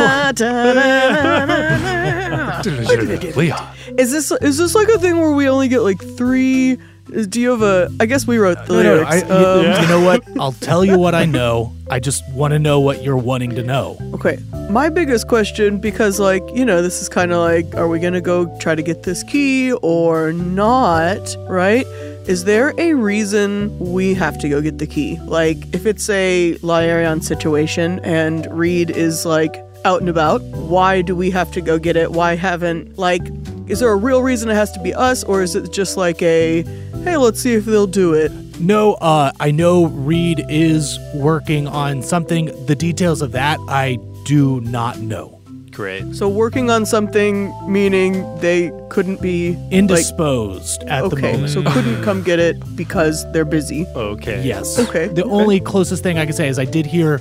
(laughs) Da-na-na-na-na-na. Leon. Is this is this like a thing where we only get like three? is- Do you have a? I guess we wrote the No, no, lyrics. I- y- Um, You know what? I'll tell you what I know. I just want to know what you're wanting to know. Okay, my biggest question because like you know this is kind of like, are we gonna go try to get this key or not? Right? Is there a reason we have to go get the key? Like if it's a Lyarion situation and Reed is like out and about, why do we have to go get it? Why haven't like? Is there a real reason it has to be us, or is it just like a, hey, let's see if they'll do it? No, uh, I know Reed is working on something. The details of that, I do not know. Great. So working on something, meaning they couldn't be like Indisposed at the okay, moment. so couldn't come get it because they're (laughs) busy. Okay. yes. Okay, The okay. only closest thing I can say is I did hear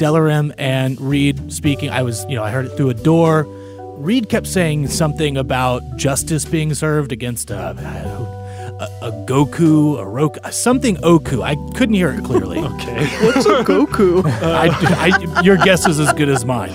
Delarim and Reed speaking. I was, you know, I heard it through a door. Reed kept saying something about justice being served against a, a, a Goku, a Roku, something Oku. I couldn't hear it clearly. (laughs) Okay. Goku. I, I- your guess is as good as mine.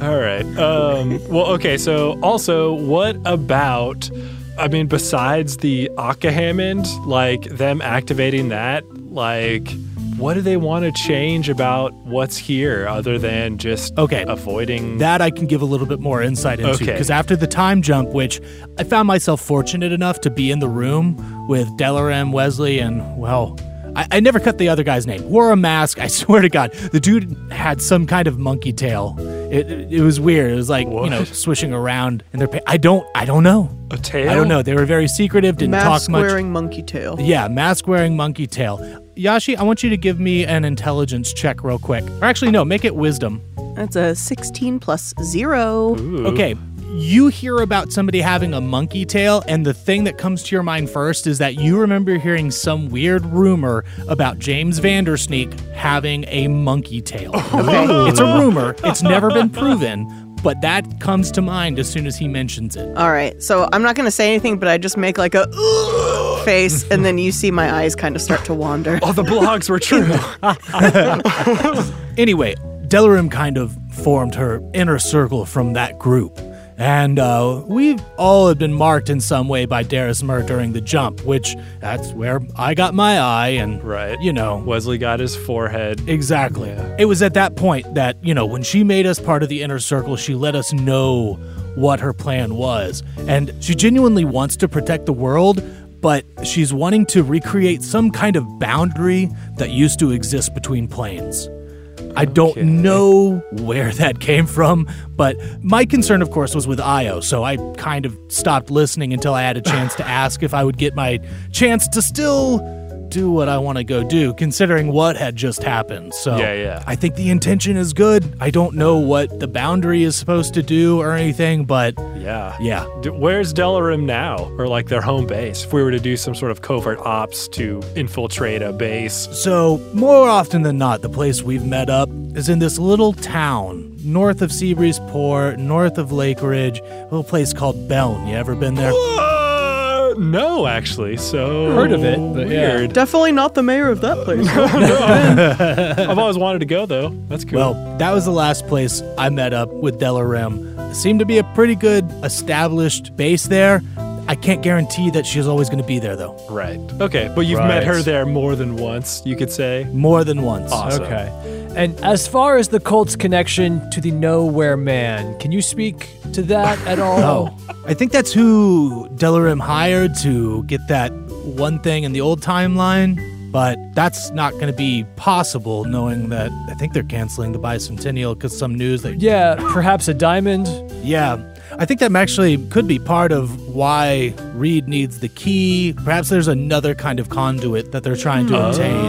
All right. Um, well, okay. So, also, what about? I mean, besides the Akahamond, like them activating that, like, what do they want to change about what's here, other than just Okay. avoiding? That I can give a little bit more insight into. Okay. Because after the time jump, which I found myself fortunate enough to be in the room with Delarim, Wesley, and, well, I, I never cut the other guy's name. Wore a mask. (laughs) I swear to God. The dude had some kind of monkey tail. It, it, it was weird. It was like, you know, swishing around in their pa- I don't, I don't know. a tail? I don't know. They were very secretive, didn't Mask talk much. wearing monkey tail. Yeah, mask wearing monkey tail. Yashi, I want you to give me an intelligence check real quick. Or actually, no, make it wisdom. That's a 16 plus zero. Okay. You hear about somebody having a monkey tail, and the thing that comes to your mind first is that you remember hearing some weird rumor about James Vandersneak having a monkey tail. Okay. It's a rumor, it's never been proven, but that comes to mind as soon as he mentions it. All right. So I'm not going to say anything, but I just make like a (gasps) face, and then you see my eyes kind of start to (laughs) wander. All the blogs were true. Anyway, Delarim kind of formed her inner circle from that group. And uh, we all have been marked in some way by Darismer during the jump, which that's where I got my eye. And, Right. you know, Wesley got his forehead. Exactly. It was at that point that, you know, when she made us part of the inner circle, she let us know what her plan was. And she genuinely wants to protect the world, but she's wanting to recreate some kind of boundary that used to exist between planes. I don't know where that came from, but my concern, of course, was with Io, so I kind of stopped listening until I had a chance to ask if I would get my chance to still do what I want to go do, considering what had just happened. So Yeah, yeah. I think the intention is good. I don't know what the boundary is supposed to do or anything, but Yeah. yeah. D- Where's Delarim now, or like their home base? If we were to do some sort of covert ops to infiltrate a base, So, more often than not, the place we've met up is in this little town north of Seabreeze Port, north of Lake Ridge, a little place called Beln. You ever been there? Uh, no, actually. So Heard of it, but yeah. weird. Definitely not the mayor of that (laughs) place. I've always wanted to go though. That's cool. Well, that was the last place I met up with Delarim. Seemed to be a pretty good established base there. I can't guarantee that she's always going to be there, though. right. Okay, but you've met her there more than once, you could say. More than once. Awesome. Okay. And as far as the Colt's connection to the Nowhere Man, can you speak to that at all? I think that's who Delarim hired to get that one thing in the old timeline, but that's not going to be possible knowing that I think they're canceling the bicentennial because some news that. Yeah, perhaps a diamond. Yeah. I think that actually could be part of why Reed needs the key. Perhaps there's another kind of conduit that they're trying to obtain.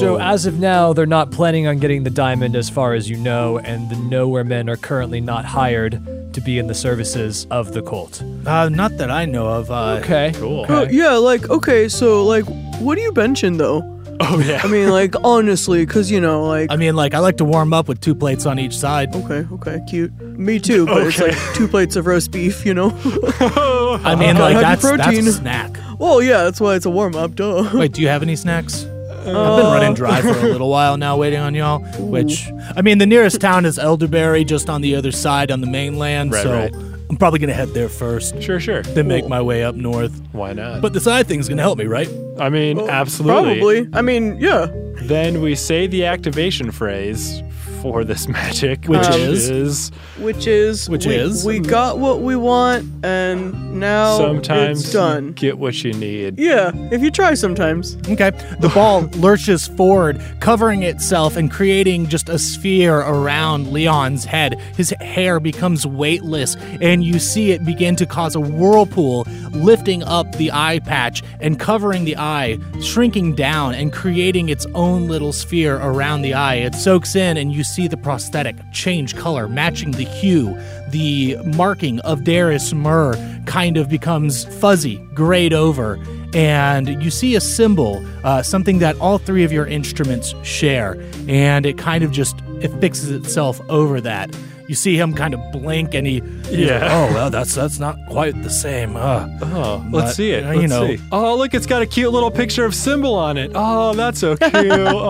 So Oh. as of now, they're not planning on getting the diamond, as far as you know, and the Nowhere Men are currently not hired to be in the services of the Colt. Uh, not that I know of. Uh, Okay. Cool. Uh, (laughs) yeah, like okay, so like, what are you benching though? Oh yeah. I mean, like honestly, because you know, like I mean, like, I like to warm up with two plates on each side. okay, okay, cute. Me too, but it's like two plates of roast beef, you know. (laughs) I mean, Okay. like, Happy that's, that's protein. a snack. well, yeah, that's why it's a warm up, duh. Wait, do you have any snacks? I've been running dry for a Uh, (laughs) little while now, waiting on y'all. Which, I mean, the nearest town is Elderberry, just on the other side on the mainland. Right, so right. I'm probably gonna head there first, Sure, sure. then make my way up north. Why not? But this eye thing's gonna help me, right? I mean, (laughs) absolutely. Probably. I mean, yeah. Then we say the activation phrase for this (laughs) magic, which is? Which is Which we, is? we got what we want, and now sometimes Oh, it's you done. get what you need. Yeah, if you try sometimes. Okay. The ball lurches forward, covering itself and creating just a sphere around Leon's head. His hair becomes weightless, and you see it begin to cause a whirlpool, lifting up the eye patch and covering the eye, shrinking down and creating its own little sphere around the eye. It soaks in, and you see the prosthetic change color, matching the hue. The marking of Darius Myrrh kind of becomes fuzzy, grayed over and you see a symbol, uh, something that all three of your instruments share, and it kind of just it fixes itself over that. You see him kind of blink, and he, he's Yeah. like, oh well, that's that's not quite the same. Uh. (laughs) Oh, But, let's see it. uh, Let's you know. see. Oh, look, it's got a cute little picture of symbol on it. Oh, that's so cute.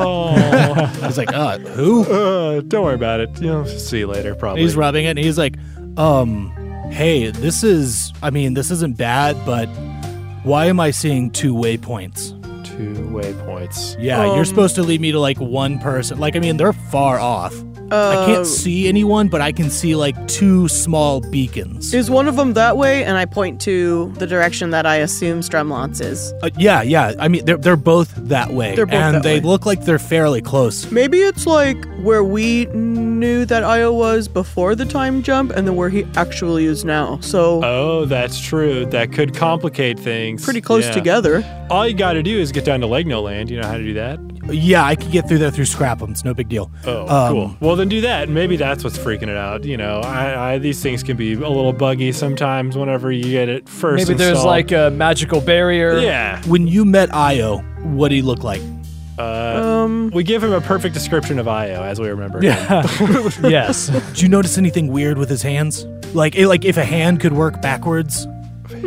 oh, I was like, uh, who? Uh, don't worry about it. You know, see you later, probably. He's rubbing it, and he's like, um, hey, this is, I mean, this isn't bad, but why am I seeing two waypoints? Two waypoints. Yeah, Um, you're supposed to lead me to like one person. Like, I mean, they're far off. I Uh, can't see anyone, but I can see like two small beacons. Is one of them that way? And I point to the direction that I assume Strumlance is. Uh, yeah, yeah. I mean, they're they're both that way, They're both and that they way. look like they're fairly close. Maybe it's like where we knew that Io was before the time jump and then where he actually is now. So Oh, that's true. That could complicate things. pretty close Yeah. together. All you got to do is get down to Legno Land. You know how to do that? Yeah, I can get through there through scrap'em. It's no big deal. Oh, Um, cool. Well, then do that. and Maybe that's what's freaking it out. You know, I, I these things can be a little buggy sometimes whenever you get it first. Maybe there's installed. like a magical barrier. Yeah. When you met Io, what did he look like? Um, We give him a perfect description of Io as we remember. (laughs) yes. Did you notice anything weird with his hands? Like, eh, like if a hand could work (laughs) backwards?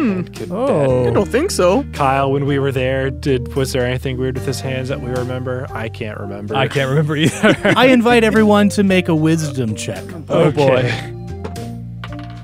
I Oh. don't think so. Kyle, when we were there, did was there anything weird with his hands that we remember? I can't remember. I can't remember either. (laughs) I invite everyone to make a wisdom check. Oh boy. Okay.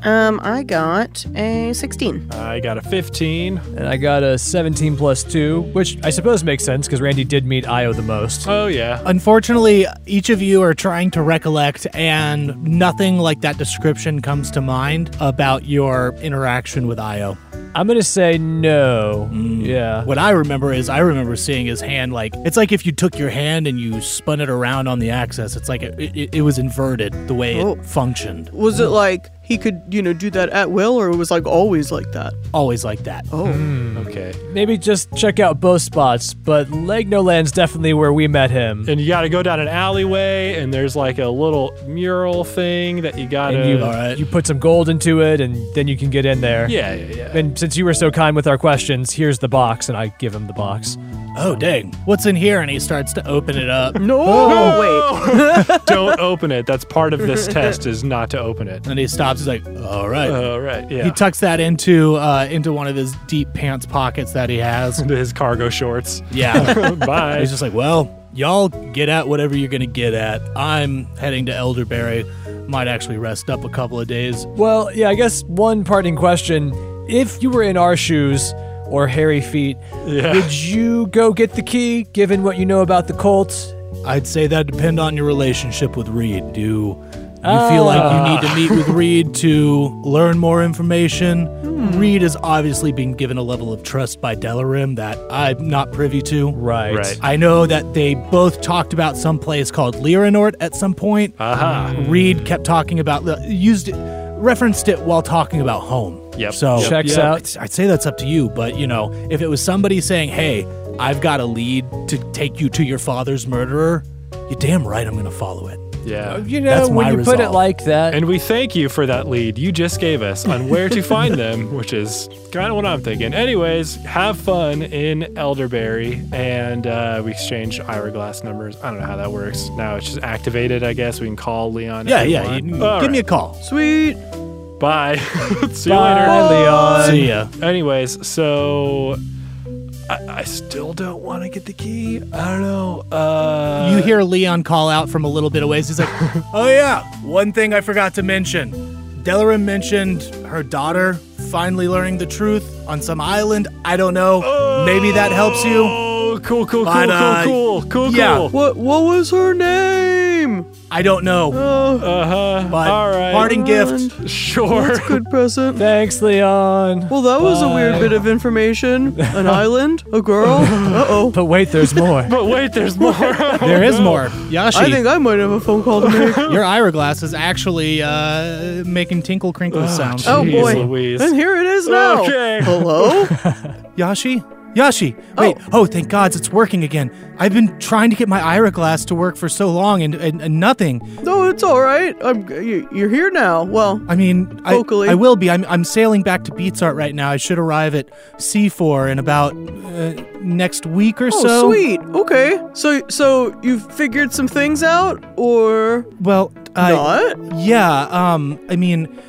Um, I got a 16. I got a 15. And I got a 17 plus 2, which I suppose makes sense because Randy did meet Io the most. Oh, yeah. Unfortunately, each of you are trying to recollect, and nothing like that description comes to mind about your interaction with Io. I'm going to say no. Mm. Yeah. What I remember is I remember seeing his hand like it's like if you took your hand and you spun it around on the axis. It's like it, it, it was inverted the way Oh. it functioned. Was it like he could, you know, do that at will, or it was like always like that? Always like that. Oh, Okay. Maybe just check out both spots, but Legnoland's definitely where we met him. And you got to go down an alleyway, and there's like a little mural thing that you got and you, all to. right. you put some gold into it, and then you can get in there. Um, Yeah, yeah, yeah. And since you were so kind with our questions, here's the box, and I give him the box. Oh dang, what's in here? And he starts to open it up. no! Oh. (laughs) wait. Don't open it. That's part of this test is not to open it. And he stops. He's like, all right. Uh, All right. he Yeah. tucks that into uh, into one of his deep pants pockets that he (laughs) has. His cargo shorts. Yeah. Bye. He's just like, well, y'all get at whatever you're gonna get at. I'm heading to Elderberry. Might actually rest up a couple of days. Well, yeah, I guess one parting question. If you were in our shoes or hairy feet, Yeah. would you go get the key given what you know about the Colts? I'd say that depend on your relationship with Reed. Do you feel like you need to meet with Reed to learn more information? Reed has obviously been given a level of trust by Delarim that I'm not privy to. Right. Right. I know that they both talked about some place called Lyranort at some point. Aha. Reed kept talking about the used it, referenced it while talking about home. Yep. So Yep. Checks Yep. out. I'd say that's up to you, but you know, if it was somebody saying, "Hey, I've got a lead to take you to your father's murderer," you damn right I'm going to follow it. Yeah. You know, That's when my you put it resolve. like that, And we thank you for that lead you just gave us on where (laughs) to find them, which is kind of what I'm thinking. Anyways, have fun in Elderberry, and uh, we exchange Ira Glass numbers. I don't know how that works. Now it's just activated, I guess. We can call Leon. Yeah, if we yeah. want. you- All give me a right. call. Sweet. bye. (laughs) See you later. bye, Leon. See ya. Anyways, so I, I still don't want to get the key. I don't know. Uh, you hear Leon call out from a little bit away. He's (laughs) like, "Oh yeah, one thing I forgot to mention. Delarim mentioned her daughter finally learning the truth on some island. I don't know. Maybe that helps you. Oh, cool, cool, cool, But, uh, cool, cool, cool, yeah. cool. What? What was her name? I don't know. Uh huh. But All right. parting gift. Sure. Good present. Thanks, Leon. Well, that was a weird bit of information. An island, a girl. Uh oh. But wait, there's more. But wait, there's more. There is more. Yashi. I think I might have a phone call to make. Your Ira glass is actually uh, making tinkle crinkle sounds. Oh, Jeez boy. Louise. And here it is now. Okay. (laughs) Hello? Yashi? Yashi! Wait, oh. thank gods, it's working again. I've been trying to get my Ira glass to work for so long and, and, and nothing. No, it's all right. I'm. you- You're here now. Well, I mean, I, Vocally. I will be. I'm, I'm sailing back to Beats Art right now. I should arrive at C4 in about uh, next week or oh, so. sweet. Okay. So, so you've figured some things out, or Well, I, not? yeah, um, I mean,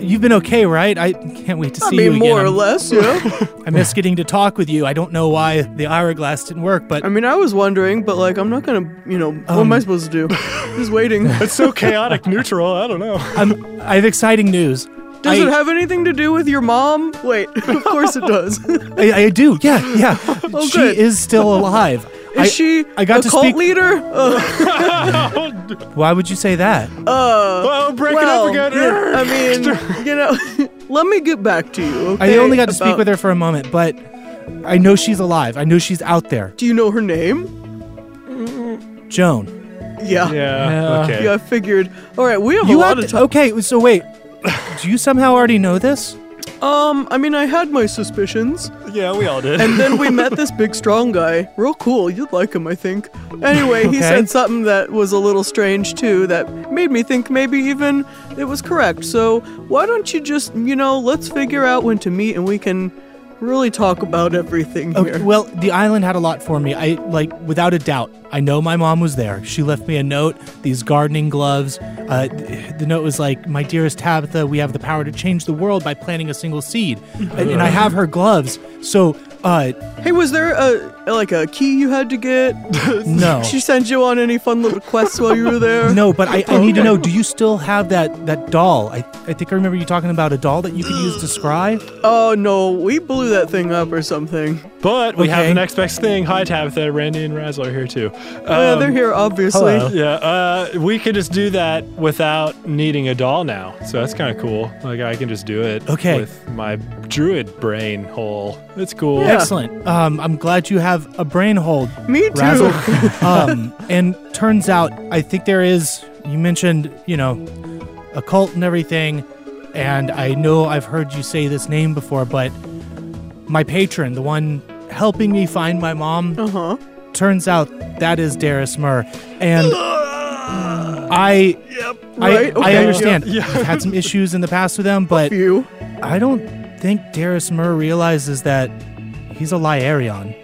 you've been okay, right? I can't wait to I see mean, you again. more or I'm- less. Yeah. I miss getting to talk with you. I don't know why the Ira glass didn't work, but (laughs) I mean, I was wondering, but like, I'm not gonna. You know, what Um, am I supposed to do? (laughs) Just waiting. It's (laughs) so chaotic neutral. I don't (laughs) know. I'm, Um, I have exciting news. Does I, it have anything to do with your mom? Wait, (laughs) of course it does. Is I, I do. Yeah, (laughs) yeah. she Oh, good. is (laughs) still alive. (laughs) I, she I got a to cult speak. leader? Uh, Why would you say that? Oh, break well, it up again. yeah, I mean, you know, (laughs) let me get back to you. I okay, only got to speak about- with her for a moment, but I know she's alive. I know she's out there. Do you know her name? Joan. Yeah. (laughs) Yeah, yeah. Okay. I figured. All right, we have a You lot act- of time. Okay, so wait. Do you somehow already know this? Um, I mean, I had my suspicions, Yeah, we all did. and then we met this big, strong guy. Real cool. You'd like him, I think. Anyway, he Okay. said something that was a little strange too, that made me think maybe even it was correct. So why don't you just, you know, let's figure out when to meet, and we can really talk about everything Okay, here. well, the island had a lot for me. I like without a doubt. I know my mom was there. She left me a note, these gardening gloves. Uh, th- the note was like, "My dearest Tabitha, we have the power to change the world by planting a single seed," and, and I have her gloves. So, uh, hey, was there a like a key you had to get? (laughs) No. She send you on any fun little quests while you (laughs) were there? No, but I, I need to know. Do you still have that that doll? I I think I remember you talking about a doll that you could use to scry. Oh no, we blew that thing up or something. But we have Okay. the next best thing. Hi, Tabitha. Randy and Razzle are here too. Oh yeah, Um, they're here, obviously. hello. Yeah, uh, we could just do that without needing a doll now. So that's kind of cool. Like I can just do it. Okay. With my druid brain hole. It's cool. Excellent. Um, I'm glad you have a brain hold, Me too. Razzle. (laughs) um, and turns out, I think there is. You mentioned, you know, a cult and everything, and I know I've heard you say this name before, but my patron, the one helping me find my mom, Uh-huh. turns out that is Darius Murr, and. I, I, Ah! Right? I Okay. understand. Yeah. I've had some issues in the past with (laughs) them, but You. I don't think Darius Murr realizes that he's a Lyarion.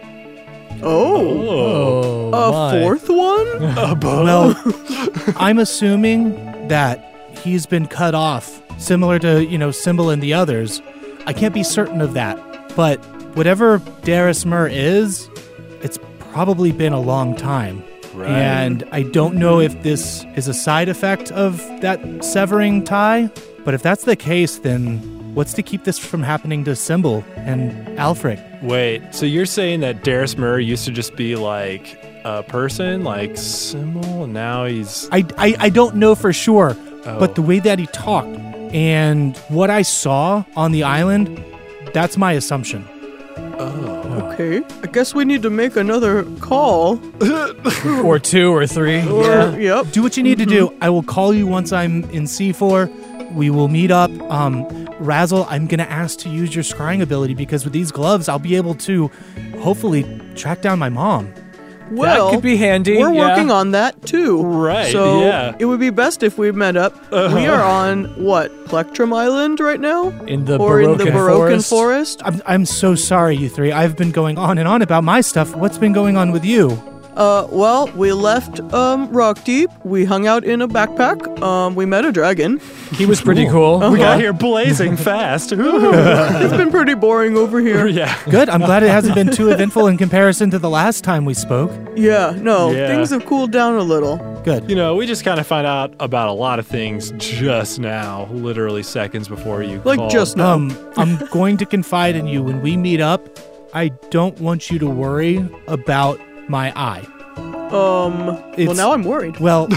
Oh. Oh. Oh, A my. (laughs) fourth one? Well, I'm assuming that he's been cut off, similar to, you know, Symbol and the others. I can't be certain of that, but whatever Darius Murr is, it's probably been a long time. Right. And I don't know if this is a side effect of that severing tie, but if that's the case, then what's to keep this from happening to Symbol and Alfred? Wait. So you're saying that Darius Murray used to just be like a person, like symbol, and now he's I, I, I don't know for sure, Oh. but the way that he talked and what I saw on the island, that's my assumption. Okay. I guess we need to make another call. or (laughs) two or three. Or yep. Do what you need to do. I will call you once I'm in C4. We will meet up. Um, Razzle, I'm going to ask to use your scrying ability because with these gloves, I'll be able to hopefully track down my mom. Well, could be handy, We're yeah. working on that too. Right, So yeah. it would be best if we met up. We are on what Plectrum Island right now, Uh-huh. In the or in the Baroque Baroque forest. forest. I'm, I'm so sorry, you three. I've been going on and on about my stuff. What's been going on with you? Uh, well, we left um, Rock Deep. We hung out in a backpack. Um, we met a dragon. He was pretty cool. we got here (laughs) blazing fast. It's been pretty boring over (laughs) here. yeah. Good. I'm glad it hasn't been too eventful in comparison to the last time we spoke. Yeah, no, Yeah. things have cooled down a little. Good. You know, we just kind of find out about a lot of things just now, literally seconds before you Like called. just now. Um, I'm going to confide in you when we meet up. I don't want you to worry about my eye. Um, well it's- now I'm worried. Well,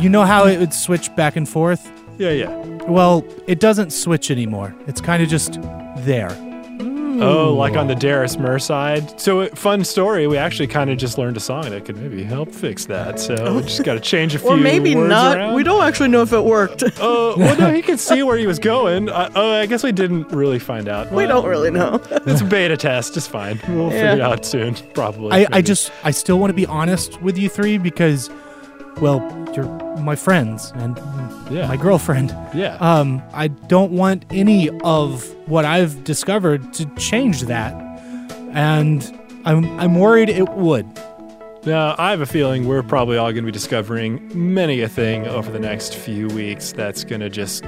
you know how it would switch back and forth? Yeah, yeah. Well, it doesn't switch anymore. It's kind of just there. Oh, like on the Darius Mur side. So, uh, fun story. We actually kind of just learned a song that could maybe help fix that. So, we just got to change a few Or maybe words not. around. We don't actually know if it worked. (laughs) Oh, well, no, he could see where he was going. Uh, oh, I guess we didn't really find out. we don't really know. It's a beta test. It's fine. We'll figure Yeah. it out soon, probably. I, I maybe. just, I still want to be honest with you three because, well, you're my friends and Yeah. my girlfriend. Yeah. Um, I don't want any of what I've discovered to change that. And I'm, I'm worried it would. Now, I have a feeling we're probably all going to be discovering many a thing over the next few weeks that's going to just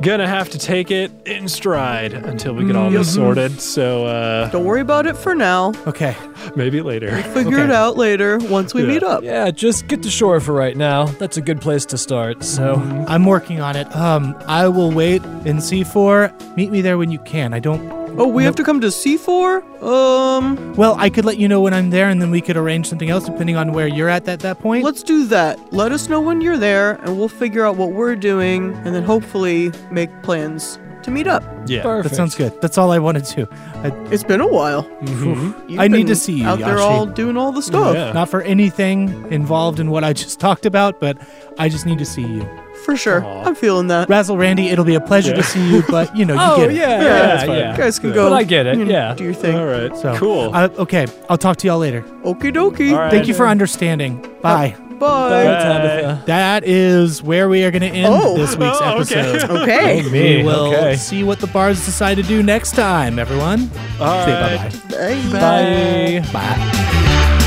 gonna have to take it in stride until we get all this Mm-hmm. sorted. So uh Don't worry about it for now. Okay. maybe later. Figure it Okay. out later once we Yeah. meet up. Yeah, just get to shore for right now. That's a good place to start. So, I'm working on it. Um, I will wait in C4. Meet me there when you can. I don't. Oh, we have to come to C4? Um, Well, I could let you know when I'm there, and then we could arrange something else depending on where you're at at that point. let's do that. Let us know when you're there, and we'll figure out what we're doing, and then hopefully make plans to meet up. Yeah. perfect. that sounds good. That's all I wanted to. I, It's been a while. You've I need been to see you, out there Yashi. all doing all the stuff Mm-hmm. Yeah. Not for anything involved in what I just (laughs) talked about, but I just need to see you. for sure. I'm feeling that. Razzle Randy, it'll be a pleasure to see you, but you know, you (laughs) Oh, get it. yeah, that's yeah, fine. yeah. You guys can Yeah. go. But I get it, you know, yeah. Do your thing. All right. So, cool. I- okay, I'll talk to y'all later. Okie dokie. All right. Thank you for understanding. Bye. Bye. Bye, Tabitha. That is where we are going to end Oh. this week's Oh, (laughs) okay. episode. (laughs) Okay. We will okay. see what the bars decide to do next time, everyone. All Say right. bye-bye. Bye. Bye. Bye.